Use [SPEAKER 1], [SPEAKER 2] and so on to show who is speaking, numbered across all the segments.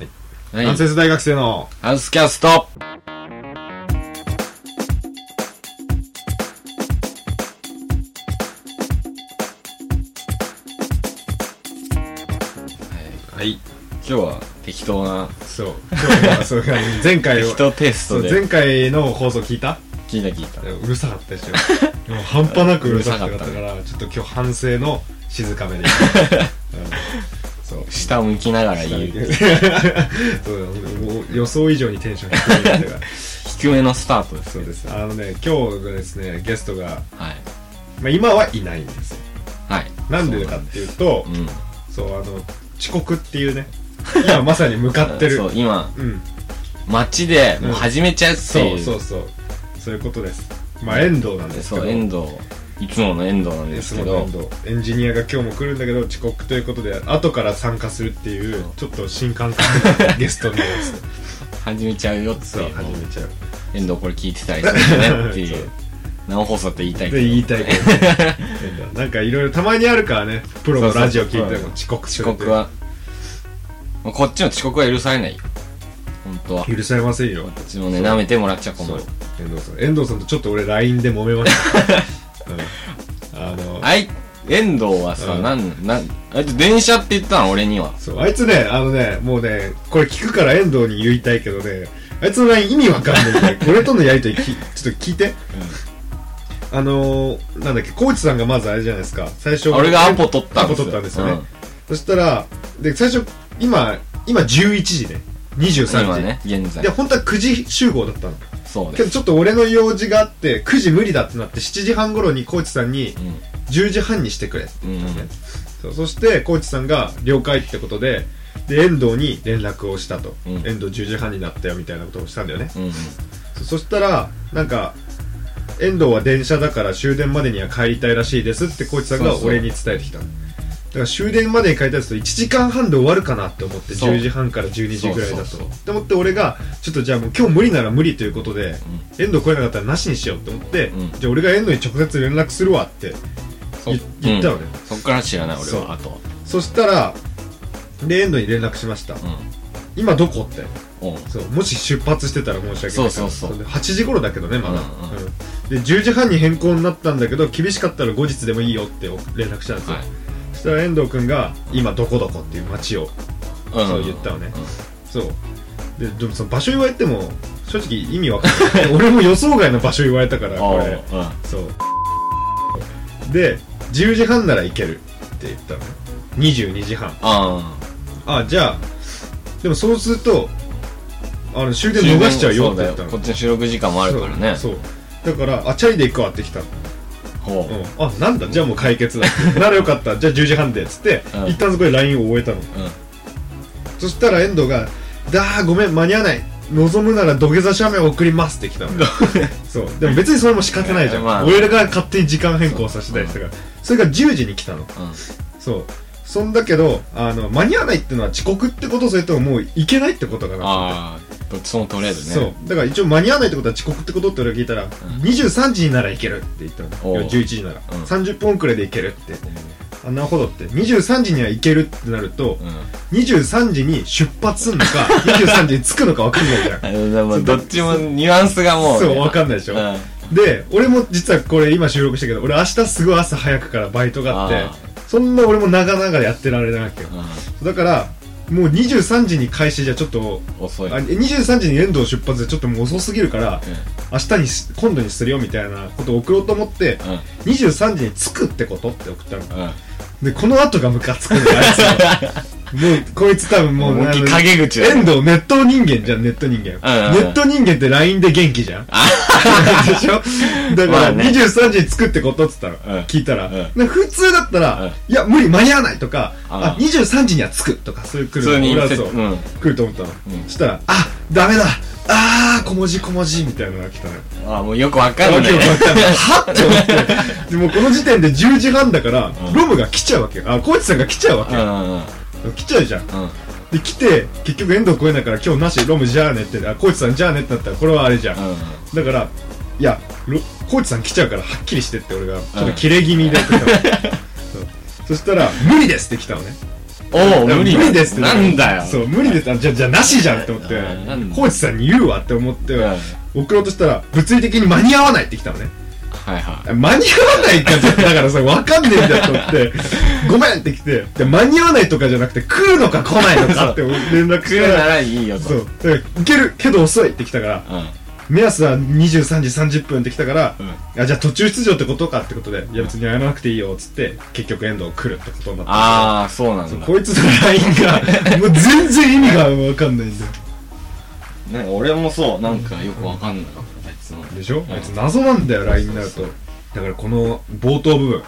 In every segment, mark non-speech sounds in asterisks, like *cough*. [SPEAKER 1] は
[SPEAKER 2] 関
[SPEAKER 1] い。
[SPEAKER 2] 節大学生の
[SPEAKER 1] ハウスキャスト
[SPEAKER 2] はい
[SPEAKER 1] 今日は適当な、
[SPEAKER 2] そう今日はそういう感じ前回 *laughs*
[SPEAKER 1] 適当テイス
[SPEAKER 2] そ
[SPEAKER 1] ト
[SPEAKER 2] う
[SPEAKER 1] で
[SPEAKER 2] 前回の放送聞いた
[SPEAKER 1] 聞いた聞いた。
[SPEAKER 2] うるさかったでし *laughs* ょもう半端なくうるさかったからちょっと今日反省の静か *laughs* めで、うん、そう
[SPEAKER 1] 下向きながら言う。
[SPEAKER 2] *laughs* そうだもう予想以上にテンション低いんだから
[SPEAKER 1] 低めのスタートです
[SPEAKER 2] *laughs* そう
[SPEAKER 1] ね。
[SPEAKER 2] ですあのね今日がですねゲストが、
[SPEAKER 1] はい。
[SPEAKER 2] まあ、今はいないんですよ
[SPEAKER 1] はい。
[SPEAKER 2] なんでかっていうと
[SPEAKER 1] そうなんで
[SPEAKER 2] そうあの遅刻っていうね今まさに向
[SPEAKER 1] す。
[SPEAKER 2] か
[SPEAKER 1] うん。
[SPEAKER 2] *laughs* ってる
[SPEAKER 1] そう、今、
[SPEAKER 2] うん
[SPEAKER 1] 街でもう始めちゃうって
[SPEAKER 2] そ
[SPEAKER 1] いうう。
[SPEAKER 2] そうそうそういうことですまあ遠藤なんですけ
[SPEAKER 1] そ
[SPEAKER 2] ど
[SPEAKER 1] う、遠藤、いつもの遠藤なん
[SPEAKER 2] い
[SPEAKER 1] で
[SPEAKER 2] つ
[SPEAKER 1] すけ
[SPEAKER 2] もの
[SPEAKER 1] ど
[SPEAKER 2] 遠、藤エンジニアが今日も来るんだけど遅刻ということで後から参加するっていうちょっと新感覚の *laughs* ゲストのや
[SPEAKER 1] 始めちゃうよっ
[SPEAKER 2] つ
[SPEAKER 1] て
[SPEAKER 2] そう
[SPEAKER 1] いう。
[SPEAKER 2] 始めちゃう
[SPEAKER 1] 遠藤これ聞いてたりするんだねって
[SPEAKER 2] *laughs*
[SPEAKER 1] い
[SPEAKER 2] そうう。
[SPEAKER 1] 生放送って言いた
[SPEAKER 2] で
[SPEAKER 1] いけど。
[SPEAKER 2] 言いたいけどなんかいろいろたまにあるからねプロのラジオ聞いても遅刻す
[SPEAKER 1] 遅
[SPEAKER 2] るって
[SPEAKER 1] 刻は、まあこっちの遅刻は許されないよ。本当は。こ
[SPEAKER 2] 許されませんよ
[SPEAKER 1] っちもね、舐めてもらっちゃ
[SPEAKER 2] そ
[SPEAKER 1] 困
[SPEAKER 2] う
[SPEAKER 1] る。
[SPEAKER 2] 遠藤さん遠藤さんとちょっと俺 LINE で揉めま
[SPEAKER 1] *laughs*
[SPEAKER 2] した、うんあの
[SPEAKER 1] あい、遠藤はさ、
[SPEAKER 2] うん
[SPEAKER 1] なん、なん、あいつ電車って言ったの俺には。
[SPEAKER 2] そう、あいつね、あのね、もうね、これ聞くから遠藤に言いたいけどね、あいつの LINE 意味わかんない
[SPEAKER 1] *laughs*
[SPEAKER 2] んで、俺とのやりとりき、ちょっと聞いて。あのー、なんだっけ、コーチさんがまずあれじゃないですか、最初。
[SPEAKER 1] 俺がアポ取ったん
[SPEAKER 2] アポ
[SPEAKER 1] です
[SPEAKER 2] 取
[SPEAKER 1] よ。
[SPEAKER 2] ったんですよね。そしたら、で、最初、今、今11時ね。
[SPEAKER 1] うん今
[SPEAKER 2] 23時。
[SPEAKER 1] ね、現在
[SPEAKER 2] で、。本当は9時集合だったの。
[SPEAKER 1] そうで
[SPEAKER 2] けど
[SPEAKER 1] す。
[SPEAKER 2] ちょっと俺の用事があって、9時無理だってなって、7時半頃にコーチさんに、10時半にしてくれって言ったのね、
[SPEAKER 1] うん
[SPEAKER 2] そうそしてコーチさんが了解ってことでで遠藤に連絡をしたと、
[SPEAKER 1] うん
[SPEAKER 2] 遠藤10時半になったよみたいなことをしたんだよね
[SPEAKER 1] うん。うん。
[SPEAKER 2] そそしたらなんか遠藤は電車だから終電までには帰りたいらしいですってコーチさんが
[SPEAKER 1] そうそう
[SPEAKER 2] 俺に伝えてきたのだから終電までに帰りたいですと1時間半で終わるかなって思って
[SPEAKER 1] そう
[SPEAKER 2] 10時半から12時ぐらいだと
[SPEAKER 1] そうそうそう
[SPEAKER 2] って思って俺がちょっとじゃあもう今日無理なら無理ということで、遠藤来れなかったらなしにしようって思って、
[SPEAKER 1] うん
[SPEAKER 2] じゃあ俺が遠藤に直接連絡するわって
[SPEAKER 1] そ
[SPEAKER 2] 言言ったの
[SPEAKER 1] う
[SPEAKER 2] ね、
[SPEAKER 1] んそっから知らない俺
[SPEAKER 2] そう
[SPEAKER 1] は、あとは。
[SPEAKER 2] そしたらで遠藤に連絡しました、今どこって
[SPEAKER 1] うん。うん。
[SPEAKER 2] そうもし出発してたら申し訳ない
[SPEAKER 1] そうそうそう
[SPEAKER 2] れで8時頃だけどねまだ、
[SPEAKER 1] うんうん
[SPEAKER 2] で10時半に変更になったんだけど厳しかったら後日でもいいよって連絡したんですよ、
[SPEAKER 1] はい
[SPEAKER 2] そしたら遠藤君が今どこどこっていう街を
[SPEAKER 1] うん。
[SPEAKER 2] そう言ったのねそうででもその場所言われても正直意味わかんない *laughs* 俺も予想外の場所言われたから
[SPEAKER 1] うん。
[SPEAKER 2] こ
[SPEAKER 1] あ
[SPEAKER 2] れ
[SPEAKER 1] あ、うん。
[SPEAKER 2] そうで10時半なら行けるって言ったのね22時半
[SPEAKER 1] あ
[SPEAKER 2] あじゃあでもそうするとあの終
[SPEAKER 1] あ。
[SPEAKER 2] 電逃しちゃうよって言
[SPEAKER 1] そ
[SPEAKER 2] っ
[SPEAKER 1] う
[SPEAKER 2] た
[SPEAKER 1] だ
[SPEAKER 2] の
[SPEAKER 1] よこっちの収録時間もあるからね。
[SPEAKER 2] そうそうだからあチャリで行くわって来たの、
[SPEAKER 1] ほ
[SPEAKER 2] うん、あなんだじゃあもう解決だ *laughs* ならよかったじゃあ10時半でっつって、
[SPEAKER 1] うん
[SPEAKER 2] 一旦そこで LINE を終えたの
[SPEAKER 1] う。うん。
[SPEAKER 2] そしたら遠藤が「だーごめん間に合わない望むなら土下座写メを送ります」って来
[SPEAKER 1] *laughs*
[SPEAKER 2] たのよそうでも別にそれも仕方ないじゃん、
[SPEAKER 1] まあ
[SPEAKER 2] 俺らが勝手に時間変更させたりしたからそれが10時に来たの
[SPEAKER 1] うん。
[SPEAKER 2] そうそんだけどあの間に合わないってのは遅刻ってことそれとももう行けないってことかな
[SPEAKER 1] ああ、どっちもとりあえずね。
[SPEAKER 2] そうだから一応間に合わないってことは遅刻ってことって俺が聞いたら、23時になら行けるって言ったの
[SPEAKER 1] おう
[SPEAKER 2] 夜11時なら、
[SPEAKER 1] うん
[SPEAKER 2] 30分くらいで行けるってあなるほどって23時には行けるってなると、
[SPEAKER 1] うん。
[SPEAKER 2] 23時に出発すんのか
[SPEAKER 1] *laughs*
[SPEAKER 2] 23時に着くのか分かんないじゃん
[SPEAKER 1] あのでもどっちもニュアンスがもうね、
[SPEAKER 2] そう分かんないでしょ、
[SPEAKER 1] うんあ
[SPEAKER 2] で俺も実はこれ今収録したけど俺明日すごい朝早くからバイトがあって
[SPEAKER 1] あ
[SPEAKER 2] そんな俺も長々やってられないわけよだからもう23時に開始じゃちょっと
[SPEAKER 1] うん遅い、
[SPEAKER 2] あ23時に遠藤出発でちょっともう遅すぎるから、明日にし今度にするよみたいなことを送ろうと思って、
[SPEAKER 1] うん
[SPEAKER 2] 23時に着くってことって送ったの
[SPEAKER 1] うんうん
[SPEAKER 2] でこの後がムカつくんだあいつは
[SPEAKER 1] *laughs*
[SPEAKER 2] もうこいつ多分もう
[SPEAKER 1] もう
[SPEAKER 2] あの
[SPEAKER 1] 陰口だ
[SPEAKER 2] 遠藤ネット人間じゃんネット人間、
[SPEAKER 1] うんうんうん
[SPEAKER 2] ネット人間って LINE で元気じゃんでしょだ
[SPEAKER 1] ま
[SPEAKER 2] か
[SPEAKER 1] あ
[SPEAKER 2] ら
[SPEAKER 1] ね
[SPEAKER 2] 23時に着くってことっつったの、
[SPEAKER 1] うん
[SPEAKER 2] 聞いたら、
[SPEAKER 1] うん
[SPEAKER 2] なんか普通だったら、
[SPEAKER 1] うん
[SPEAKER 2] いや無理間に合わないとか、あ
[SPEAKER 1] うん
[SPEAKER 2] 23時には着くとかそういう来
[SPEAKER 1] 普
[SPEAKER 2] るの
[SPEAKER 1] 通に
[SPEAKER 2] 俺は
[SPEAKER 1] せ
[SPEAKER 2] そう
[SPEAKER 1] うん
[SPEAKER 2] 来ると思ったの、
[SPEAKER 1] ん
[SPEAKER 2] そしたら「あダメだあー小文字小文字」みたいなのが来たのよ
[SPEAKER 1] あもうよくわかんない
[SPEAKER 2] わけわかんないはっって思ってでもうこの時点で10時半だから、
[SPEAKER 1] うん
[SPEAKER 2] ロムが来ちゃうわけよあコーチさんが来ちゃうわけ
[SPEAKER 1] う
[SPEAKER 2] よ、
[SPEAKER 1] んうん
[SPEAKER 2] 来ちゃうじゃん
[SPEAKER 1] うん
[SPEAKER 2] で来て結局遠藤超えないから今日なしロムじゃあねってあコーチさんじゃあねってなったらこれはあれじゃん、
[SPEAKER 1] うん
[SPEAKER 2] だからいやロコーチさん来ちゃうからはっきり
[SPEAKER 1] *laughs*
[SPEAKER 2] してって俺がちょっとキレ気味でって言ったの、そうそしたら「無理です」って来たのね
[SPEAKER 1] おお無理
[SPEAKER 2] 無理ですって
[SPEAKER 1] なんだよ
[SPEAKER 2] そう無理ですあじゃじゃあなしじゃんって思って
[SPEAKER 1] うんなんだ
[SPEAKER 2] コーチさんに言うわって思って
[SPEAKER 1] う
[SPEAKER 2] 送ろうとしたら物理的に間に合わないって来たのね
[SPEAKER 1] はいはい
[SPEAKER 2] 間に合わないかってだからさ分かんねえんだと思
[SPEAKER 1] *laughs*
[SPEAKER 2] ってごめんって来てで間に合わないとかじゃなくて来るのか来ないのかって連絡し
[SPEAKER 1] 来
[SPEAKER 2] た
[SPEAKER 1] るな
[SPEAKER 2] ら
[SPEAKER 1] らいいよと
[SPEAKER 2] そうだからいけるけど遅いって来たから
[SPEAKER 1] うん
[SPEAKER 2] 目安は23時30分って来たから、
[SPEAKER 1] う
[SPEAKER 2] あじゃあ途中出場ってことかってことでいや別にやらなくていいよっつって結局遠藤来るってことになった
[SPEAKER 1] ああそうなんだ
[SPEAKER 2] こいつの LINE が
[SPEAKER 1] *laughs*
[SPEAKER 2] もう全然意味が分かんないんだよ
[SPEAKER 1] ね俺もそうなんかよくわかんなかったあいつの
[SPEAKER 2] でしょ
[SPEAKER 1] ん
[SPEAKER 2] あいつ謎なんだよ LINE になると
[SPEAKER 1] そう
[SPEAKER 2] だからこの冒頭部分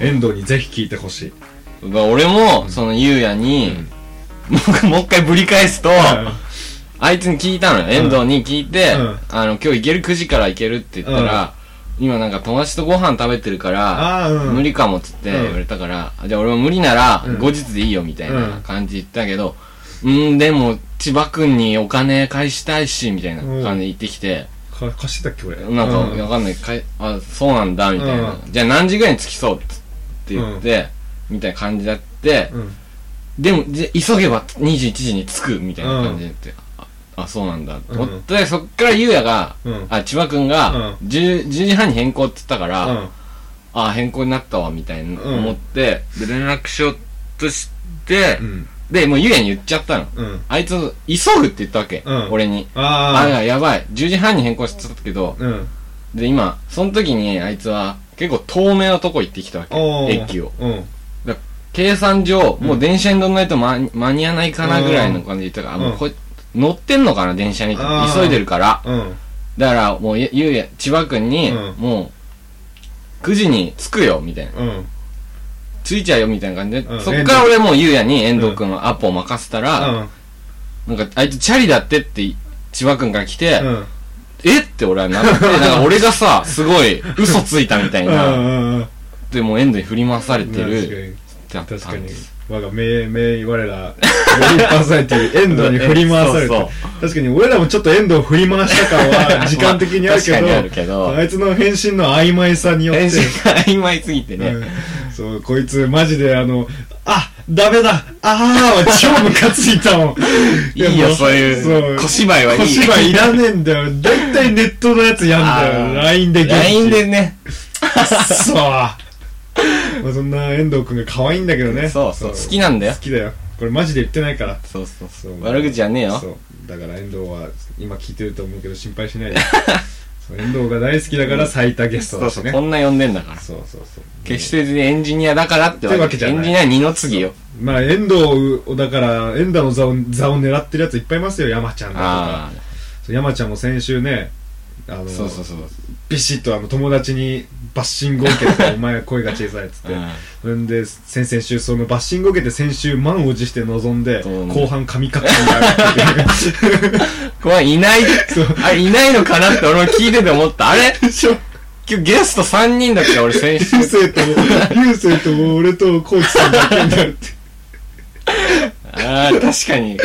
[SPEAKER 2] 遠藤にぜひ聞いてほ
[SPEAKER 1] *laughs*
[SPEAKER 2] しい
[SPEAKER 1] まあ俺もそのゆうやにもうもう一回ぶり返すとあいつに聞いたのよ。遠藤に聞いて、
[SPEAKER 2] うん
[SPEAKER 1] あの、今日行ける9時から行けるって言ったら、今なんか友達とご飯食べてるから、
[SPEAKER 2] ああうん
[SPEAKER 1] 無理かもっつって
[SPEAKER 2] うん
[SPEAKER 1] 言われたから、あじゃあ俺も無理なら
[SPEAKER 2] うん
[SPEAKER 1] 後日でいいよみたいな
[SPEAKER 2] うん
[SPEAKER 1] 感じ言ったけど、うん、でも千葉くんにお金返したいし、みたいな感じで言ってきて、
[SPEAKER 2] か貸してたっけ俺
[SPEAKER 1] なんか
[SPEAKER 2] う
[SPEAKER 1] わかんない、かいあ、そうなんだ、みたいな。
[SPEAKER 2] う
[SPEAKER 1] じゃあ何時ぐらいに着きそうっつって言って、みたいな感じだって、
[SPEAKER 2] うん
[SPEAKER 1] でも、じ急げば21時に着くみたいな感じで言って、あ、あそうなんだって思って、そっからゆうやが、
[SPEAKER 2] うん
[SPEAKER 1] あ、千葉くんが
[SPEAKER 2] う
[SPEAKER 1] 10、10時半に変更って言ったから、
[SPEAKER 2] うん
[SPEAKER 1] あ、変更になったわ、みたいな
[SPEAKER 2] うん
[SPEAKER 1] 思って、で、連絡しようとして、
[SPEAKER 2] うん
[SPEAKER 1] で、もうゆうやに言っちゃったの。
[SPEAKER 2] うん
[SPEAKER 1] あいつ、急ぐって言ったわけ、
[SPEAKER 2] うん
[SPEAKER 1] 俺に。あ
[SPEAKER 2] ああ
[SPEAKER 1] やばい。10時半に変更しちゃったけど、
[SPEAKER 2] うん
[SPEAKER 1] で、今、その時にあいつは、結構遠目のとこ行ってきたわけ。
[SPEAKER 2] おー
[SPEAKER 1] 駅を。
[SPEAKER 2] うん
[SPEAKER 1] だ計算上、もう電車に乗んないと間に間に合わないかなぐらいの感じで言ったから、
[SPEAKER 2] うん
[SPEAKER 1] もうこれ乗ってんのかな、電車に。
[SPEAKER 2] あー
[SPEAKER 1] 急いでるから。
[SPEAKER 2] うん
[SPEAKER 1] だから、もう、ゆゆうや、千葉くんに、
[SPEAKER 2] うん
[SPEAKER 1] もう、9時に着くよ、みたいな。
[SPEAKER 2] うん
[SPEAKER 1] 着いちゃうよ、みたいな感じで。
[SPEAKER 2] うん
[SPEAKER 1] そっから俺もうゆうやに遠藤くんのアポを任せた
[SPEAKER 2] う
[SPEAKER 1] ら、
[SPEAKER 2] ん
[SPEAKER 1] なんか、あいつチャリだってって、千葉くんから来て、
[SPEAKER 2] うん
[SPEAKER 1] えって俺はな
[SPEAKER 2] *laughs*
[SPEAKER 1] って、なんか俺がさ、すごい、嘘ついたみたいな。
[SPEAKER 2] うんうん
[SPEAKER 1] で、もう遠藤に振り回されて
[SPEAKER 2] 確か
[SPEAKER 1] る、
[SPEAKER 2] に
[SPEAKER 1] だったん
[SPEAKER 2] 確かに
[SPEAKER 1] です。
[SPEAKER 2] 我が名名我らメインパーソナリティ遠藤に振り回され
[SPEAKER 1] そうそ
[SPEAKER 2] て確かに俺らもちょっと遠藤を振り回した感は時間的にあるけ
[SPEAKER 1] *laughs* まあ確か
[SPEAKER 2] ど
[SPEAKER 1] にあるけど
[SPEAKER 2] あいつの返信の曖昧さによって
[SPEAKER 1] 返信が曖昧すぎてね。
[SPEAKER 2] うんそうこいつマジであのあダメだああ超ムカついたもん
[SPEAKER 1] いいよ、そういう。小芝居はいい。
[SPEAKER 2] 小芝居いらねえんだよだいたいネットのやつやんだよ
[SPEAKER 1] あー
[SPEAKER 2] LINE で
[SPEAKER 1] LINE でね。
[SPEAKER 2] くっそーまあそんな遠藤君が可愛いんだけどね
[SPEAKER 1] そうそう。好きなんだよ
[SPEAKER 2] 好。きだよこれマジで言ってないから
[SPEAKER 1] そうそう
[SPEAKER 2] そ
[SPEAKER 1] そ
[SPEAKER 2] う
[SPEAKER 1] う。悪口じゃねえよ
[SPEAKER 2] そ。うだから遠藤は今聞いてると思うけど心配し
[SPEAKER 1] *laughs*
[SPEAKER 2] ないでそう遠藤が大好きだから最多ゲスト
[SPEAKER 1] そ
[SPEAKER 2] だ
[SPEAKER 1] う
[SPEAKER 2] し
[SPEAKER 1] そう。
[SPEAKER 2] ね
[SPEAKER 1] こんな呼んでんだから。
[SPEAKER 2] そうそうそう
[SPEAKER 1] 決してエンジニアだからって
[SPEAKER 2] ってわけじゃない
[SPEAKER 1] エンジニア二の次よ。
[SPEAKER 2] まあ遠藤をだから遠藤の座を座を狙ってるやついっぱいいますよ山ちゃんだとか
[SPEAKER 1] あ
[SPEAKER 2] そう山ちゃんも先週ねあの
[SPEAKER 1] あ。そうそうそう。
[SPEAKER 2] ビシッとあの友達にバッシングを受け
[SPEAKER 1] *laughs*
[SPEAKER 2] てお前は声が小さいっつって
[SPEAKER 1] うん
[SPEAKER 2] それで先々週そのバッシングを受けて先週満を持して臨んで
[SPEAKER 1] そうね
[SPEAKER 2] 後半神隠しになるっ
[SPEAKER 1] *laughs*
[SPEAKER 2] ていう
[SPEAKER 1] これいない、あれいないのかなって俺も聞いてて思った。あれ今日ゲスト3人だっけ俺先週
[SPEAKER 2] 流。星と、流星と俺とコーチさんだけになる
[SPEAKER 1] *laughs*
[SPEAKER 2] って。
[SPEAKER 1] ああ、確かに。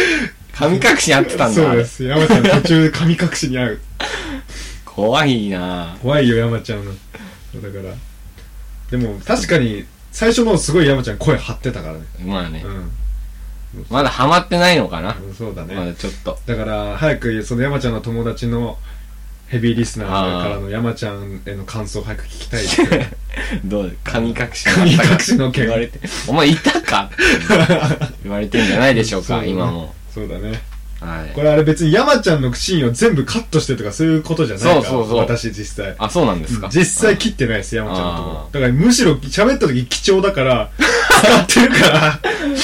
[SPEAKER 1] 神隠しにあってたん
[SPEAKER 2] そうで
[SPEAKER 1] だ。
[SPEAKER 2] す。山ちゃん途中神隠しに会う。
[SPEAKER 1] 怖いな
[SPEAKER 2] 怖いよ、山ちゃんの。だから。でも、確かに、最初の方すごい山ちゃん声張ってたからね。
[SPEAKER 1] まあね
[SPEAKER 2] う。
[SPEAKER 1] まだハマってないのかな。
[SPEAKER 2] ん。そうだ
[SPEAKER 1] ま
[SPEAKER 2] ね。
[SPEAKER 1] だちょっと。
[SPEAKER 2] だから、早く、その山ちゃんの友達のヘビーリスナーからの山ちゃんへの感想を早く聞きたいですよ
[SPEAKER 1] どう神隠し
[SPEAKER 2] 神隠しの件
[SPEAKER 1] 言われて、お前いたかって言われてんじゃないでしょう
[SPEAKER 2] そう
[SPEAKER 1] か、
[SPEAKER 2] だね
[SPEAKER 1] 今も。
[SPEAKER 2] そうだね。
[SPEAKER 1] はい。
[SPEAKER 2] これあれ別に山ちゃんのシーンを全部カットしてとかそういうことじゃないから。
[SPEAKER 1] そうそうそう
[SPEAKER 2] 私実際。
[SPEAKER 1] あ、そうなんですか
[SPEAKER 2] 実際切ってないです、山ちゃんのとこ
[SPEAKER 1] あ
[SPEAKER 2] ろ。だからむしろ喋った時貴重だから、使ってる
[SPEAKER 1] *laughs*
[SPEAKER 2] から。
[SPEAKER 1] うん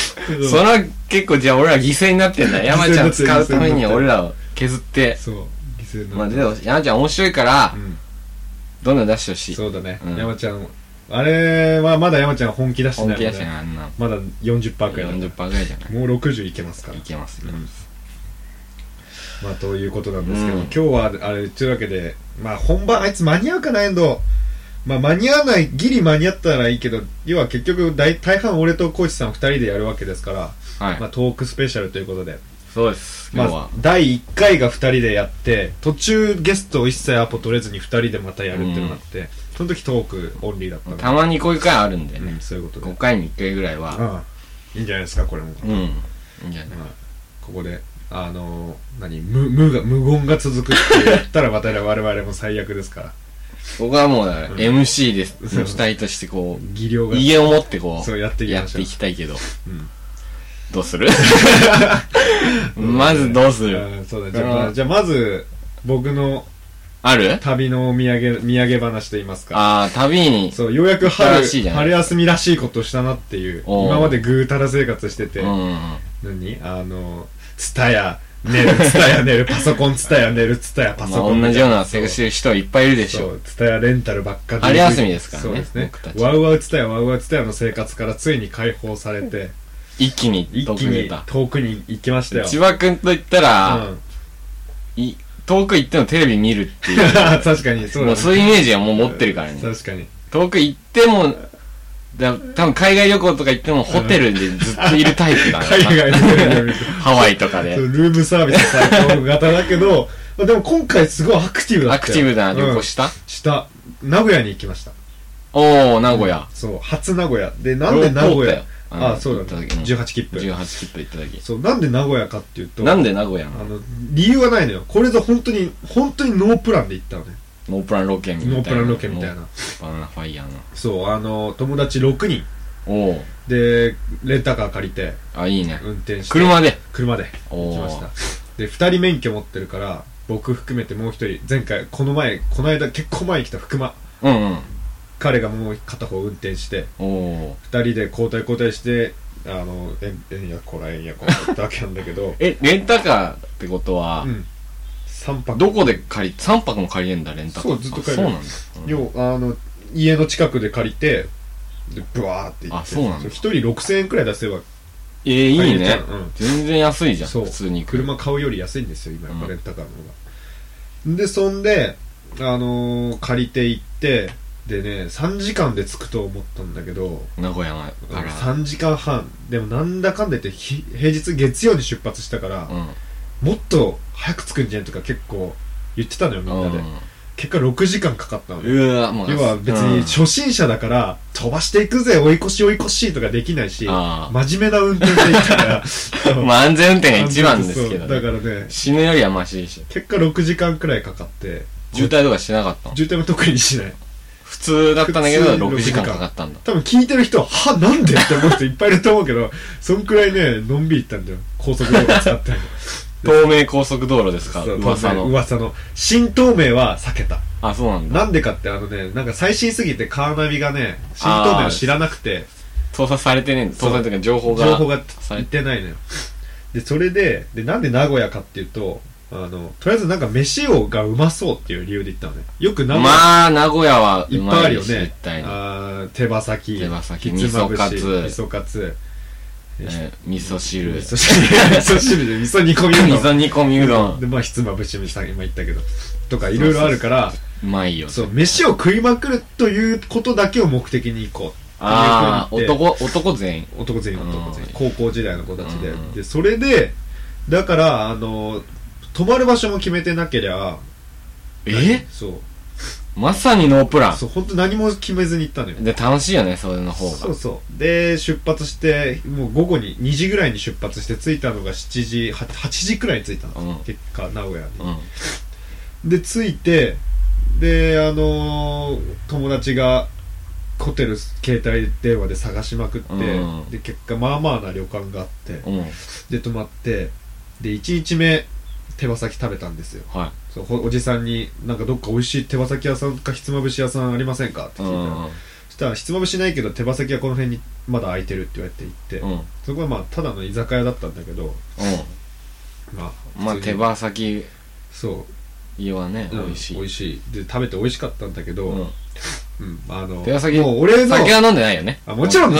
[SPEAKER 1] それは結構じゃあ俺ら犠牲になってんだ。山ちゃん使うために俺らを削って。
[SPEAKER 2] そう、犠牲
[SPEAKER 1] ま
[SPEAKER 2] な
[SPEAKER 1] あ
[SPEAKER 2] んだ
[SPEAKER 1] でも、山ちゃん面白いから
[SPEAKER 2] う、ん
[SPEAKER 1] どんどん出してほしい。
[SPEAKER 2] そうだね、
[SPEAKER 1] うん
[SPEAKER 2] 山ちゃん、あれはまだ山ちゃん本気出してない
[SPEAKER 1] 本気
[SPEAKER 2] もん
[SPEAKER 1] 出して
[SPEAKER 2] ね。
[SPEAKER 1] ない、あんな。
[SPEAKER 2] まだ40%くらいなんだ
[SPEAKER 1] 40%ぐらいじゃない。
[SPEAKER 2] もう60いけますから
[SPEAKER 1] い。けます。
[SPEAKER 2] まあということなんですけど、
[SPEAKER 1] うん
[SPEAKER 2] 今日はあれというわけで、まあ本番あいつ間に合うかな、遠藤。まあ間に合わない、ギリ間に合ったらいいけど、要は結局大大半俺とコーチさん2人でやるわけですから、
[SPEAKER 1] はい
[SPEAKER 2] まあ。トークスペシャルということで。
[SPEAKER 1] そうです、今日
[SPEAKER 2] まあ
[SPEAKER 1] は。、
[SPEAKER 2] 第1回が2人でやって途中ゲストを一切アポ取れずに2人でまたやるってのがあって、その時トークオンリーだったの
[SPEAKER 1] たまにこういう回あるんでね。
[SPEAKER 2] うんそういうことで
[SPEAKER 1] 5回に1回ぐらいは、
[SPEAKER 2] ああいいんじゃないですかこれも、
[SPEAKER 1] うん。いいんじゃない
[SPEAKER 2] まあここであの何無無が無言が続くって言
[SPEAKER 1] *laughs*
[SPEAKER 2] ったらまた我々も最悪ですから
[SPEAKER 1] 僕はもうだから、MC です。主体としてこう、
[SPEAKER 2] 技量が
[SPEAKER 1] 威厳を持ってこ
[SPEAKER 2] そう
[SPEAKER 1] う、
[SPEAKER 2] やっていき
[SPEAKER 1] や
[SPEAKER 2] ま
[SPEAKER 1] っ
[SPEAKER 2] してょう
[SPEAKER 1] いきたいけど。
[SPEAKER 2] うん
[SPEAKER 1] どうす
[SPEAKER 2] *laughs*
[SPEAKER 1] るまずどうする
[SPEAKER 2] うんそうだじゃあ,、
[SPEAKER 1] うん
[SPEAKER 2] じゃあまず僕の
[SPEAKER 1] ある
[SPEAKER 2] 旅のお土産土産話と言いますか
[SPEAKER 1] ああ、旅に。
[SPEAKER 2] そうようやく春
[SPEAKER 1] 新しいじゃない
[SPEAKER 2] 春休みらしいことしたなっていう
[SPEAKER 1] おう
[SPEAKER 2] 今までぐうたら生活してて、
[SPEAKER 1] うんうんうん。
[SPEAKER 2] 何あのツタヤ寝るツタヤ寝るパソコンツタヤ寝るツタヤパソ
[SPEAKER 1] まあ、
[SPEAKER 2] コン
[SPEAKER 1] 同じようなセク
[SPEAKER 2] ー
[SPEAKER 1] シー人いっぱいいるでし
[SPEAKER 2] そ
[SPEAKER 1] ょう。
[SPEAKER 2] うツタヤレンタルばっか
[SPEAKER 1] 春休みですからね
[SPEAKER 2] そうですね
[SPEAKER 1] 僕たち
[SPEAKER 2] ワウワウツタヤワウワウツタヤの生活からついに解放されて
[SPEAKER 1] 一気に
[SPEAKER 2] 一
[SPEAKER 1] 遠
[SPEAKER 2] 気
[SPEAKER 1] く出
[SPEAKER 2] に
[SPEAKER 1] た。
[SPEAKER 2] 遠くに行きましたよ
[SPEAKER 1] 千葉くんと言ったら、
[SPEAKER 2] うん、 *laughs*
[SPEAKER 1] い遠く行ってもテレビ見るってい。
[SPEAKER 2] 確か *laughs* にそううだ、
[SPEAKER 1] も
[SPEAKER 2] ね、
[SPEAKER 1] うそういうイメージはもう持ってるからね。
[SPEAKER 2] 確かに
[SPEAKER 1] 遠く行っても、だ多分海外旅行とか行ってもホテルでずっといるタイプだな。
[SPEAKER 2] *laughs* 海外のテレビを見て
[SPEAKER 1] ハワイとか
[SPEAKER 2] そう
[SPEAKER 1] で。
[SPEAKER 2] ルームサービス最高型だけ
[SPEAKER 1] *laughs*
[SPEAKER 2] ど、まあでも今回すごいアクティブだった
[SPEAKER 1] アクティブな旅行
[SPEAKER 2] し,、
[SPEAKER 1] した、
[SPEAKER 2] うん、した。名古屋に行きました。
[SPEAKER 1] おー、名古屋。
[SPEAKER 2] そう、初名古屋。で、なんで名古屋
[SPEAKER 1] 通ったよ
[SPEAKER 2] あ、そうだ、
[SPEAKER 1] 行
[SPEAKER 2] ね、
[SPEAKER 1] った時
[SPEAKER 2] 18切符。
[SPEAKER 1] 18切符行った時。
[SPEAKER 2] そう、なんで名古屋かっていうと、
[SPEAKER 1] なんで名古屋な
[SPEAKER 2] あ
[SPEAKER 1] の
[SPEAKER 2] の、理由はないのよ。これぞ本当に、本当にノープランで行ったのね。
[SPEAKER 1] ノープランロケみたいな。
[SPEAKER 2] ノープランロケみたい。な。
[SPEAKER 1] バナナファイヤーの。
[SPEAKER 2] そう、あの、友達6人
[SPEAKER 1] おー、
[SPEAKER 2] で、レンタカー借りて、
[SPEAKER 1] あ、いいね。
[SPEAKER 2] 運転して。
[SPEAKER 1] 車で。
[SPEAKER 2] 車で
[SPEAKER 1] おー
[SPEAKER 2] 行きましたで2人免許持ってるから僕含めてもう1人前回この前この間結構前に来た福間
[SPEAKER 1] うんうん。
[SPEAKER 2] 彼がもう片方運転して
[SPEAKER 1] おー。
[SPEAKER 2] 2人で交代交代してあのえんえんやこらえんやこらって言ったわけなんだけど
[SPEAKER 1] *laughs* え、レンタカーってことは、
[SPEAKER 2] うん3泊
[SPEAKER 1] どこで借り、3泊も借りれんだ、レンタカー。
[SPEAKER 2] そうずっと借りれ
[SPEAKER 1] あ
[SPEAKER 2] る
[SPEAKER 1] そうなんだ。うん
[SPEAKER 2] 要あの家の近くで借りてでブワーって行って
[SPEAKER 1] あそうなん
[SPEAKER 2] 1
[SPEAKER 1] だ
[SPEAKER 2] 人6000円くらい出せば
[SPEAKER 1] えー、い
[SPEAKER 2] 借り
[SPEAKER 1] い
[SPEAKER 2] れちゃ
[SPEAKER 1] ね
[SPEAKER 2] う。うん
[SPEAKER 1] 全然安いじゃん、
[SPEAKER 2] そう
[SPEAKER 1] 普通に行く。
[SPEAKER 2] 車買うより安いんですよ今やっぱ
[SPEAKER 1] うん
[SPEAKER 2] レンタカーの方がでそんで、あのー借りて行ってでね3時間で着くと思ったんだけど
[SPEAKER 1] 名古屋のから。
[SPEAKER 2] 3時間半でもなんだかんだ言ってひ平日月曜に出発したから
[SPEAKER 1] う、ん。
[SPEAKER 2] もっと早く着くんじゃんとか結構言ってたのよみんなで、
[SPEAKER 1] うん
[SPEAKER 2] 結果6時間かかったのよ
[SPEAKER 1] うわもう。
[SPEAKER 2] 要は別
[SPEAKER 1] う
[SPEAKER 2] に
[SPEAKER 1] ん
[SPEAKER 2] 初心者だから飛ばしていくぜ追い越し追い越しとかできないし
[SPEAKER 1] あー
[SPEAKER 2] 真面目な運転で行ったから
[SPEAKER 1] *laughs*
[SPEAKER 2] そう
[SPEAKER 1] まあ安全運転が一番ですけ
[SPEAKER 2] そう
[SPEAKER 1] ど
[SPEAKER 2] だ
[SPEAKER 1] ね。
[SPEAKER 2] からね
[SPEAKER 1] 死ぬよりはマシでしょ。
[SPEAKER 2] 結果6時間くらいかかって
[SPEAKER 1] 渋滞とかしなかったの
[SPEAKER 2] 渋滞も特にしない
[SPEAKER 1] 普通だったんだけ
[SPEAKER 2] 普
[SPEAKER 1] ど、
[SPEAKER 2] 通に
[SPEAKER 1] 6
[SPEAKER 2] 6
[SPEAKER 1] 時
[SPEAKER 2] 時
[SPEAKER 1] 間
[SPEAKER 2] 間
[SPEAKER 1] かかったんだ。
[SPEAKER 2] 多分聞いてる人は「はなんで?」って思う人いっぱいいると思うけど *laughs* そんくらいねのんびり行ったんだよ高速道路使
[SPEAKER 1] *laughs*
[SPEAKER 2] って
[SPEAKER 1] 東名高速道路ですか
[SPEAKER 2] そう
[SPEAKER 1] 噂
[SPEAKER 2] 東名
[SPEAKER 1] の。
[SPEAKER 2] 噂の新東名は避けた
[SPEAKER 1] あ、そうなんだ。
[SPEAKER 2] なんでかってあのねなんか最新すぎてカーナビがね新東名を知らなくて
[SPEAKER 1] 盗撮されてねえんだ。
[SPEAKER 2] そ
[SPEAKER 1] 盗
[SPEAKER 2] う
[SPEAKER 1] 撮というか情報が。
[SPEAKER 2] 情報が
[SPEAKER 1] さ
[SPEAKER 2] 行
[SPEAKER 1] れ
[SPEAKER 2] ってないのよでそれででなんで名古屋かっていうとあのとりあえずなんか飯をがうまそうっていう理由で行ったのねよく名古屋
[SPEAKER 1] まあ、名古屋はい
[SPEAKER 2] っ
[SPEAKER 1] う
[SPEAKER 2] ぱい
[SPEAKER 1] ま
[SPEAKER 2] ある
[SPEAKER 1] いで
[SPEAKER 2] よ
[SPEAKER 1] す、
[SPEAKER 2] ね
[SPEAKER 1] 絶。対に。
[SPEAKER 2] あー手羽先。
[SPEAKER 1] 手羽先
[SPEAKER 2] ひつまぶし
[SPEAKER 1] 味噌カツ
[SPEAKER 2] 味噌カツ。
[SPEAKER 1] えー味噌汁。
[SPEAKER 2] 味
[SPEAKER 1] 味
[SPEAKER 2] 噌汁。味噌汁で味噌煮込
[SPEAKER 1] *laughs*
[SPEAKER 2] みうど
[SPEAKER 1] 噌煮込みうど
[SPEAKER 2] ん。
[SPEAKER 1] ん。
[SPEAKER 2] で、まあ、ひつまぶし、さ今言ったけど。とか、いろいろあるから、
[SPEAKER 1] うまいよ。
[SPEAKER 2] そう、飯を食いまくるということだけを目的に行こう。
[SPEAKER 1] ああ、
[SPEAKER 2] っていうふうに言って。
[SPEAKER 1] 男、男全員。
[SPEAKER 2] 男全員、男全員
[SPEAKER 1] う。ん
[SPEAKER 2] 高校時代の子たちで
[SPEAKER 1] うん。
[SPEAKER 2] で、それで、だから、あの、泊まる場所も決めてなけりゃ、
[SPEAKER 1] え
[SPEAKER 2] そう。
[SPEAKER 1] まさにノープラン。
[SPEAKER 2] そう、本当何も決めずに行ったのよ。
[SPEAKER 1] で、楽しいよね、それの方
[SPEAKER 2] そ
[SPEAKER 1] が
[SPEAKER 2] う。そうで出発してもう午後に2時ぐらいに出発して着いたのが7時 8, 時くらいに着いたの、
[SPEAKER 1] うん
[SPEAKER 2] 結果名古屋に、
[SPEAKER 1] うん。
[SPEAKER 2] で着いてであのー友達がホテル携帯電話で探しまくって、
[SPEAKER 1] うん
[SPEAKER 2] で結果まあまあな旅館があって
[SPEAKER 1] うん。
[SPEAKER 2] で泊まってで1日目手羽先食べたんですよ
[SPEAKER 1] は
[SPEAKER 2] そうほおじさんになんかどっか美味しい手羽先屋さんかひつまぶし屋さんありませんかって
[SPEAKER 1] い。う
[SPEAKER 2] 聞いたら、
[SPEAKER 1] ん。
[SPEAKER 2] そしたらひつまぶしないけど手羽先はこの辺にまだ空いてるって言われて行って、
[SPEAKER 1] うん。
[SPEAKER 2] そこはまあただの居酒屋だったんだけど
[SPEAKER 1] う
[SPEAKER 2] まあ
[SPEAKER 1] ん。まあ、
[SPEAKER 2] 普通
[SPEAKER 1] 手
[SPEAKER 2] に
[SPEAKER 1] 羽先
[SPEAKER 2] そ
[SPEAKER 1] はね、
[SPEAKER 2] う、
[SPEAKER 1] 美味
[SPEAKER 2] う
[SPEAKER 1] し
[SPEAKER 2] ん美
[SPEAKER 1] い。
[SPEAKER 2] 味しいで食べて美味しかったんだけど、
[SPEAKER 1] う
[SPEAKER 2] うん
[SPEAKER 1] ん。
[SPEAKER 2] あの
[SPEAKER 1] 手羽先
[SPEAKER 2] もう俺の
[SPEAKER 1] 酒は飲んでないよね。
[SPEAKER 2] あもちろん、
[SPEAKER 1] *laughs*
[SPEAKER 2] ね、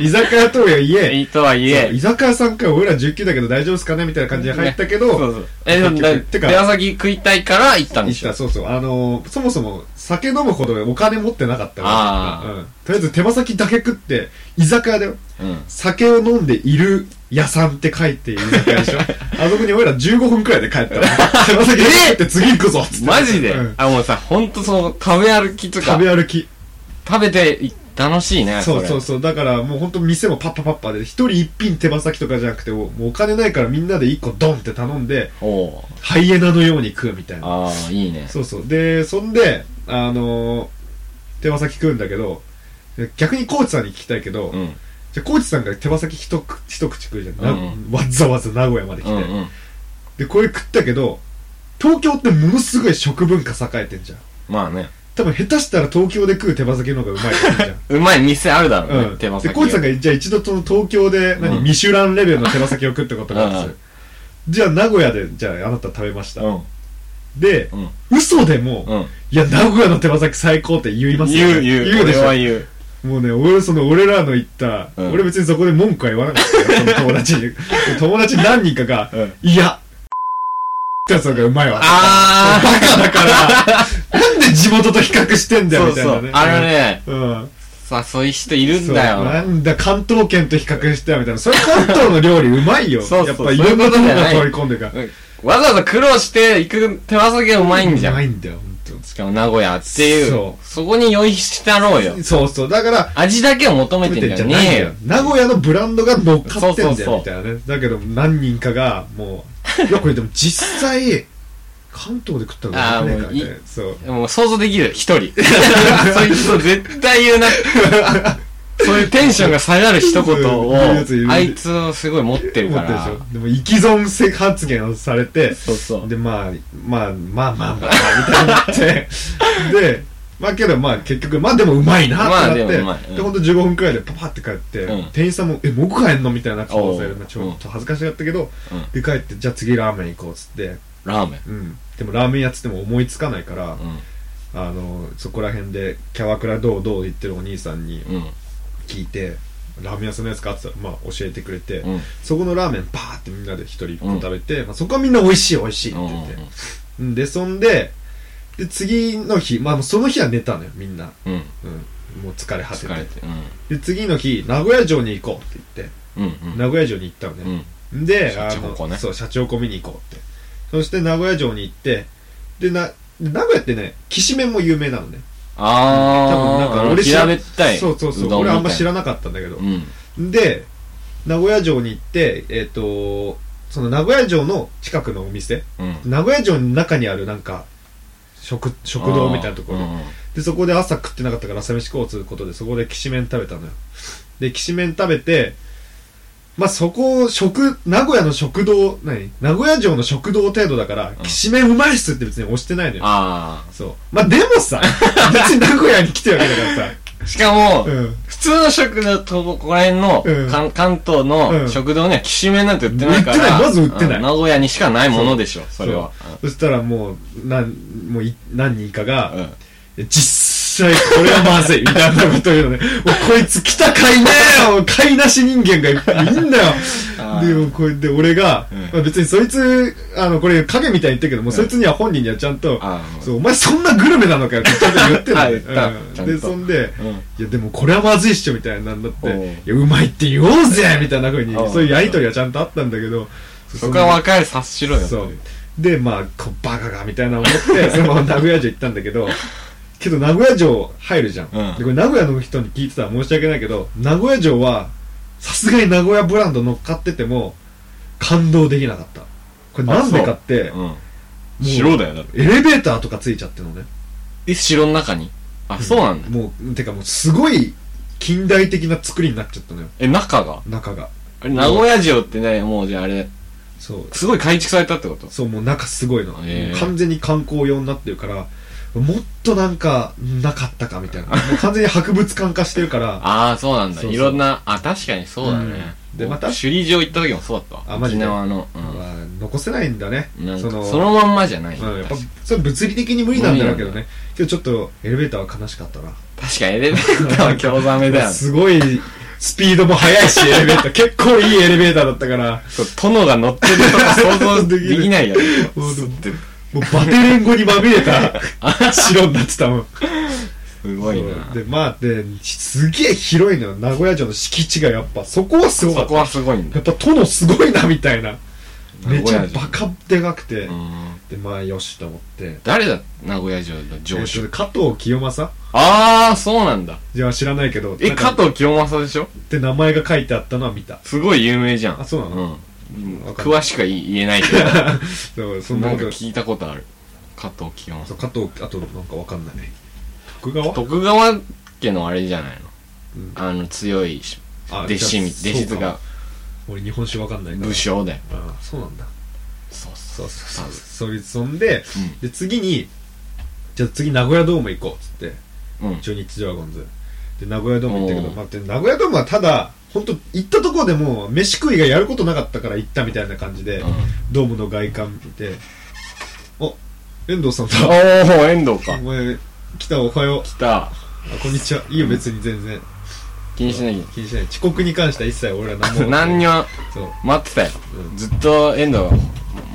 [SPEAKER 2] 居酒屋とはいえ
[SPEAKER 1] いいとはい
[SPEAKER 2] そう居
[SPEAKER 1] え。
[SPEAKER 2] 酒屋さんから俺ら19だけど大丈夫ですかねみたいな感じで入ったけ
[SPEAKER 1] そ
[SPEAKER 2] ど、
[SPEAKER 1] うそう。え、でも、だ
[SPEAKER 2] 結局て
[SPEAKER 1] 手
[SPEAKER 2] か
[SPEAKER 1] 羽先食いたいから行ったんで
[SPEAKER 2] 行っ
[SPEAKER 1] しょ
[SPEAKER 2] た。そうそうあのそもそも酒飲むほどお金持ってなかった
[SPEAKER 1] あ
[SPEAKER 2] から、
[SPEAKER 1] ー
[SPEAKER 2] うん、とりあえず手羽先だけ食って居酒屋だよ
[SPEAKER 1] うん。
[SPEAKER 2] 酒を飲んでいる屋さんって書いているみたいで
[SPEAKER 1] *laughs*
[SPEAKER 2] しょあそこに俺ら15分くらいで帰ったの。手羽先食って次行くぞっつって。
[SPEAKER 1] マジで
[SPEAKER 2] うん
[SPEAKER 1] あ、もうさ、ほんとその、食べ歩きとか
[SPEAKER 2] 食、べ歩き。
[SPEAKER 1] 食べて行っ楽しいね、
[SPEAKER 2] そ
[SPEAKER 1] こ
[SPEAKER 2] う
[SPEAKER 1] れ。
[SPEAKER 2] そうそう。だからもう本当店もパッパパッパで、一人一品手羽先とかじゃなくて、もうお金ないからみんなで一個ドンって頼んで、
[SPEAKER 1] おう
[SPEAKER 2] ハイエナのように食うみたいな。
[SPEAKER 1] ああ、いいね。
[SPEAKER 2] そうそう。で、そんで、あのー手羽先食うんだけど、逆にコーチさんに聞きたいけど、
[SPEAKER 1] うん。
[SPEAKER 2] じゃあコーチさんが手羽先一口一口食うじゃん、な
[SPEAKER 1] うん
[SPEAKER 2] わざわざ名古屋まで来
[SPEAKER 1] う
[SPEAKER 2] て。
[SPEAKER 1] んうん。
[SPEAKER 2] で、これ食ったけど、東京ってものすごい食文化栄えてんじゃん。
[SPEAKER 1] まあね。
[SPEAKER 2] 多分下手したら東京で食う手羽先の方がうまいって言うじゃん。
[SPEAKER 1] うまい店あるだろ *laughs* うね、
[SPEAKER 2] うん、
[SPEAKER 1] 手羽先
[SPEAKER 2] で、コーチさんが、じゃあ一度その東京で、何、
[SPEAKER 1] うん
[SPEAKER 2] ミシュランレベルの手羽先を食ったことがあるんですよ。じゃあ名古屋で、じゃああなた食べました。で、
[SPEAKER 1] うん。
[SPEAKER 2] 嘘でも、
[SPEAKER 1] うん。うん。
[SPEAKER 2] いや、名古屋の手羽先最高って言います
[SPEAKER 1] 言う、言う。
[SPEAKER 2] 言うでし
[SPEAKER 1] 俺
[SPEAKER 2] ょ
[SPEAKER 1] は。言う。
[SPEAKER 2] もうね、俺、その、俺らの言った、
[SPEAKER 1] うん
[SPEAKER 2] 俺別にそこで文句は言わなかったよ、その友達
[SPEAKER 1] *laughs*
[SPEAKER 2] に。友達何人かが、
[SPEAKER 1] うん
[SPEAKER 2] いや、ってやつの方がうまいわ。
[SPEAKER 1] あ
[SPEAKER 2] バカだから、なんで地元と比較してん
[SPEAKER 1] ー
[SPEAKER 2] だよ、み
[SPEAKER 1] そう
[SPEAKER 2] たい
[SPEAKER 1] そ
[SPEAKER 2] な
[SPEAKER 1] う
[SPEAKER 2] ね。。
[SPEAKER 1] あのね、
[SPEAKER 2] うん。
[SPEAKER 1] さ、そういう人いるんだ
[SPEAKER 2] そう
[SPEAKER 1] よ。
[SPEAKER 2] なんだ、関東圏と比較してみたいな。それ関東の料理うまいよ。
[SPEAKER 1] そうそう
[SPEAKER 2] やっぱいろんなとこ
[SPEAKER 1] そういうことじゃ
[SPEAKER 2] が
[SPEAKER 1] ない
[SPEAKER 2] 取り込んでるから。
[SPEAKER 1] うんわざわざ苦労して行く手羽先がうまいんじゃ
[SPEAKER 2] うま
[SPEAKER 1] ん。
[SPEAKER 2] いんだよ、本
[SPEAKER 1] しかも名古屋っていう。
[SPEAKER 2] そ
[SPEAKER 1] そこに酔いしたろうよ
[SPEAKER 2] 当。。そうそう。だから、
[SPEAKER 1] 味だけを求め
[SPEAKER 2] 食べ
[SPEAKER 1] て
[SPEAKER 2] て
[SPEAKER 1] ん
[SPEAKER 2] ん
[SPEAKER 1] じ
[SPEAKER 2] じ
[SPEAKER 1] ゃ
[SPEAKER 2] ゃないん
[SPEAKER 1] ね
[SPEAKER 2] だ
[SPEAKER 1] えよ
[SPEAKER 2] よ。。名古屋のブランドが乗っかってんだ
[SPEAKER 1] そうそうそ
[SPEAKER 2] よ、
[SPEAKER 1] う
[SPEAKER 2] みたいなね。だけど、何人かが、もう、いや、これでも実際、関東で食ったのがねえから
[SPEAKER 1] あーも
[SPEAKER 2] ね。そう。
[SPEAKER 1] もう想像でき
[SPEAKER 2] *laughs*
[SPEAKER 1] る、一人。そういう人絶対言うな。そういうテンションが下がる一言を
[SPEAKER 2] そういうやついる、
[SPEAKER 1] あいつをすごい持ってる
[SPEAKER 2] 思
[SPEAKER 1] か
[SPEAKER 2] ってるでし
[SPEAKER 1] ら
[SPEAKER 2] ょ。。でも、生き損せ発言をされて、
[SPEAKER 1] そうそう。
[SPEAKER 2] で、まあ、まあ、まあまあまあ、みたいにな
[SPEAKER 1] *laughs*
[SPEAKER 2] って、で、まあけど、まあ結局、まあでもうまいな
[SPEAKER 1] まあ
[SPEAKER 2] ってなっ
[SPEAKER 1] で
[SPEAKER 2] て、
[SPEAKER 1] もうまいうん
[SPEAKER 2] で、ほんと15分くらいでパパって帰って、
[SPEAKER 1] うん
[SPEAKER 2] 店員さんも、え、もう帰んのみたいな顔される
[SPEAKER 1] おう
[SPEAKER 2] ちょっと恥ずかしかったけど、
[SPEAKER 1] うん
[SPEAKER 2] で、帰って、じゃあ次ラーメン行こうっつって、
[SPEAKER 1] ラーメン。
[SPEAKER 2] うん。でもラーメン屋っつっても思いつかないから、あの、そこら辺で、キャバクラどうどう言ってるお兄さんに
[SPEAKER 1] うん。うん。
[SPEAKER 2] 聞いて、ラーメン屋さんのやつかって言ったら、まあ教えてくれて、
[SPEAKER 1] うん。
[SPEAKER 2] そこのラーメンバーってみんなで一人一個食べて、まあ、そこはみんな美味しい美味しいって言って、うんで、そんで、で、次の日、まあ、その日は寝たのよ、みんな。
[SPEAKER 1] うん。
[SPEAKER 2] うん。もう疲れ果て
[SPEAKER 1] 疲れ
[SPEAKER 2] て。
[SPEAKER 1] て。
[SPEAKER 2] で、次の日、名古屋城に行こうって言って、
[SPEAKER 1] うん。うん。
[SPEAKER 2] 名古屋城に行ったの
[SPEAKER 1] う
[SPEAKER 2] ね。
[SPEAKER 1] ん。
[SPEAKER 2] で、
[SPEAKER 1] シャチホコ
[SPEAKER 2] あ
[SPEAKER 1] ね
[SPEAKER 2] のそう、社長湖見に行こうって。そして名古屋城に行って、で、な、で名古屋ってね、きしめんも有名なのね。
[SPEAKER 1] あ
[SPEAKER 2] ら
[SPEAKER 1] ー。平べったい。
[SPEAKER 2] そうそうそう。俺あんま知らなかったんだけど
[SPEAKER 1] う。ん。
[SPEAKER 2] で、名古屋城に行って、えっと、その名古屋城の近くのお店、
[SPEAKER 1] うん。
[SPEAKER 2] 名古屋城の中にあるなんか、食、食堂みたいなところ
[SPEAKER 1] うんうん
[SPEAKER 2] で、そこで朝食ってなかったから朝飯食おうということで、そこできしめん食べたのよ。で、きしめん食べて、まあ、そこ、食、名古屋の食堂、何名古屋城の食堂程度だから、きしめんうまいっすって別に押してないのよ。
[SPEAKER 1] あ
[SPEAKER 2] そう。まあ、でも
[SPEAKER 1] *laughs*
[SPEAKER 2] さ、別に名古屋に来てるわけだからさ。
[SPEAKER 1] ー。しかも
[SPEAKER 2] う、ん。
[SPEAKER 1] 普通の食堂とここら辺の、
[SPEAKER 2] うん
[SPEAKER 1] 関関東
[SPEAKER 2] うん
[SPEAKER 1] の食堂にはきしめんなんて売ってないから。
[SPEAKER 2] 売ってないまず売ってない
[SPEAKER 1] うん名古屋にしかないものでしょ、それは。
[SPEAKER 2] そしたらもう、なん、もうい、何人かが、
[SPEAKER 1] うん
[SPEAKER 2] 実際これはまずいみたいなこと言うのね。もうこいつ来たかいねえよ買いなし人間がいっぱいいんだよ
[SPEAKER 1] あー
[SPEAKER 2] でもこれで俺が、
[SPEAKER 1] うん
[SPEAKER 2] まあ別にそいつ、あの、これ影みたいに言ってるけども、そいつには本人にはちゃんと、
[SPEAKER 1] あー
[SPEAKER 2] そう、お前そんなグルメなのかよってちゃんと言って
[SPEAKER 1] あ言
[SPEAKER 2] る
[SPEAKER 1] っ
[SPEAKER 2] の
[SPEAKER 1] た
[SPEAKER 2] よ
[SPEAKER 1] ち
[SPEAKER 2] うん
[SPEAKER 1] ゃんと
[SPEAKER 2] で、そんで、
[SPEAKER 1] うん
[SPEAKER 2] いやでもこれはまずいっしょみたいになんだっ
[SPEAKER 1] おう
[SPEAKER 2] て、いやうまいって言おうぜみたいな風に
[SPEAKER 1] お、う
[SPEAKER 2] そういうやりとりはちゃんとあったんだけど、
[SPEAKER 1] そこは分かる察しろよ。
[SPEAKER 2] そう。で、まあ、こうバカがみたいな思
[SPEAKER 1] *laughs*
[SPEAKER 2] って、そのまま名古屋城行ったんだけど、けど名古屋城入るじゃん。
[SPEAKER 1] うん
[SPEAKER 2] で、これ名古屋の人に聞いてたら申し訳ないけど、名古屋城は、さすがに名古屋ブランド乗っかってても、感動できなかった。これなんでかって、
[SPEAKER 1] うん。白だよ、だって。
[SPEAKER 2] エレベーターとかついちゃってるのね。
[SPEAKER 1] え、城の中にあ、そうなんだ。
[SPEAKER 2] もう、てかもうすごい近代的な作りになっちゃったのよ、
[SPEAKER 1] え、中が
[SPEAKER 2] 中が。
[SPEAKER 1] あれ、名古屋城ってね、もうじゃああれ、
[SPEAKER 2] そう。
[SPEAKER 1] すごい改築されたってこと
[SPEAKER 2] そう、もう中すごいの。
[SPEAKER 1] へー
[SPEAKER 2] 完全に観光用になってるから、もっとなんか、なかったかみたいな。もう完全に博物館化してるから、
[SPEAKER 1] ああ、そうなんだ。
[SPEAKER 2] そうそう
[SPEAKER 1] いろんな、あ、確かにそうだ
[SPEAKER 2] う
[SPEAKER 1] ね。
[SPEAKER 2] んでまた
[SPEAKER 1] 首里城行った時もそうだったわ。
[SPEAKER 2] あマジで
[SPEAKER 1] 沖縄の。う
[SPEAKER 2] まあ残せないんだね。
[SPEAKER 1] ん。なん
[SPEAKER 2] そ
[SPEAKER 1] か
[SPEAKER 2] の、
[SPEAKER 1] そのまんまじゃない。
[SPEAKER 2] うん、やっぱ
[SPEAKER 1] 確かに、
[SPEAKER 2] それ物理的に無理なんだろうけど
[SPEAKER 1] 無
[SPEAKER 2] ね。今日ちょっと、エレベーターは悲しかったな。
[SPEAKER 1] 確かにエレベーターは興ざめだよね。
[SPEAKER 2] すごい、スピードも速
[SPEAKER 1] *laughs*
[SPEAKER 2] いし、エレベーター。結構いいエレベーターだったから、
[SPEAKER 1] そう、殿が乗ってるとか想像できないよね。
[SPEAKER 2] そうそう
[SPEAKER 1] って
[SPEAKER 2] もうバテレン語にまみれた城になってたもん。
[SPEAKER 1] すごいな。
[SPEAKER 2] で、まあ、で、すげえ広いのよ。名古屋城の敷地がやっぱ、そこはすごか
[SPEAKER 1] そ
[SPEAKER 2] った
[SPEAKER 1] こ。はすごいんだ
[SPEAKER 2] や。っぱ殿すごいなみたいな。
[SPEAKER 1] 名
[SPEAKER 2] め
[SPEAKER 1] 古
[SPEAKER 2] ちゃバ
[SPEAKER 1] 屋城
[SPEAKER 2] カでかくて、
[SPEAKER 1] うん
[SPEAKER 2] でまあよしと思って
[SPEAKER 1] 誰だ名古屋城の城
[SPEAKER 2] え
[SPEAKER 1] 主
[SPEAKER 2] っと加藤清正
[SPEAKER 1] ああそうなんだ
[SPEAKER 2] じゃあ知らないけど
[SPEAKER 1] え
[SPEAKER 2] なんか
[SPEAKER 1] 加藤清正でしょ
[SPEAKER 2] って名前が書いてあったのは見た
[SPEAKER 1] すごい有名じゃん
[SPEAKER 2] あそうなの
[SPEAKER 1] うん
[SPEAKER 2] わかんな
[SPEAKER 1] 詳しくは言えないけ
[SPEAKER 2] そう *laughs* そ
[SPEAKER 1] ど
[SPEAKER 2] の
[SPEAKER 1] な
[SPEAKER 2] なんん
[SPEAKER 1] か
[SPEAKER 2] か
[SPEAKER 1] 聞いたことある加藤清
[SPEAKER 2] そ
[SPEAKER 1] 正
[SPEAKER 2] う加藤あとなんかわかんない徳川
[SPEAKER 1] 徳川家のあれじゃないの
[SPEAKER 2] うん
[SPEAKER 1] あの強いし
[SPEAKER 2] あ
[SPEAKER 1] 弟子み弟
[SPEAKER 2] じゃあ
[SPEAKER 1] 子
[SPEAKER 2] そう
[SPEAKER 1] と
[SPEAKER 2] か
[SPEAKER 1] か
[SPEAKER 2] 俺日本史わかんないから
[SPEAKER 1] 武将だよ
[SPEAKER 2] ああそうなんだ
[SPEAKER 1] そう
[SPEAKER 2] そ
[SPEAKER 1] そ
[SPEAKER 2] そ
[SPEAKER 1] う
[SPEAKER 2] うそう
[SPEAKER 1] 多分
[SPEAKER 2] それそんで、
[SPEAKER 1] うん
[SPEAKER 2] で次にじゃあ次名古屋ドーム行こうっつって
[SPEAKER 1] うん
[SPEAKER 2] 中日ドラゴンズで名古屋ドーム行ったけど
[SPEAKER 1] おー
[SPEAKER 2] 待って名古屋ドームはただ本当行ったところでもう飯食いがやることなかったから行ったみたいな感じで、
[SPEAKER 1] うん
[SPEAKER 2] ドームの外観見てあ遠藤さんだ
[SPEAKER 1] おお遠藤か
[SPEAKER 2] お前来たおはよう
[SPEAKER 1] 来た
[SPEAKER 2] あこんにちはいいよ別に全然
[SPEAKER 1] 気にしなき
[SPEAKER 2] 気にしない遅刻に関しては一切俺ら何
[SPEAKER 1] ゃ
[SPEAKER 2] も
[SPEAKER 1] *laughs* 何にも
[SPEAKER 2] そう
[SPEAKER 1] 待ってたよ
[SPEAKER 2] うん
[SPEAKER 1] ずっと遠藤が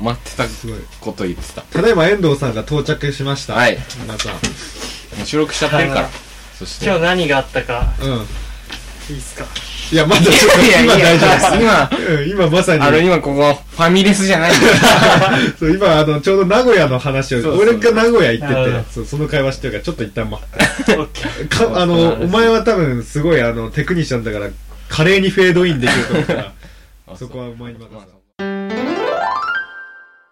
[SPEAKER 1] 待ってた
[SPEAKER 2] すごい
[SPEAKER 1] こと言ってた
[SPEAKER 2] ただいま遠藤さんが到着しました
[SPEAKER 1] はい
[SPEAKER 2] 皆さん
[SPEAKER 1] もう収録しちゃってるか
[SPEAKER 3] は
[SPEAKER 1] ら
[SPEAKER 3] い
[SPEAKER 1] そして
[SPEAKER 3] 今日何があったか
[SPEAKER 2] うん
[SPEAKER 3] いいっすか
[SPEAKER 2] いやまだちょっと
[SPEAKER 1] いやい
[SPEAKER 2] 今
[SPEAKER 1] や
[SPEAKER 2] 大丈夫です
[SPEAKER 1] 今
[SPEAKER 2] うん今まさに
[SPEAKER 1] あの今ここファミレスじゃないんだよ
[SPEAKER 2] そう今あのちょうど名古屋の話を
[SPEAKER 1] そうそう
[SPEAKER 2] 俺が名古屋行
[SPEAKER 3] なる
[SPEAKER 2] っ
[SPEAKER 3] ほ
[SPEAKER 2] ててそうその会話してるからちょっと一旦、ま、
[SPEAKER 3] オッケー
[SPEAKER 2] かあのお前は多分
[SPEAKER 1] *laughs*
[SPEAKER 2] すごいあのテクニシャンだから華麗にフェードインできると思うからそこはお前に任せた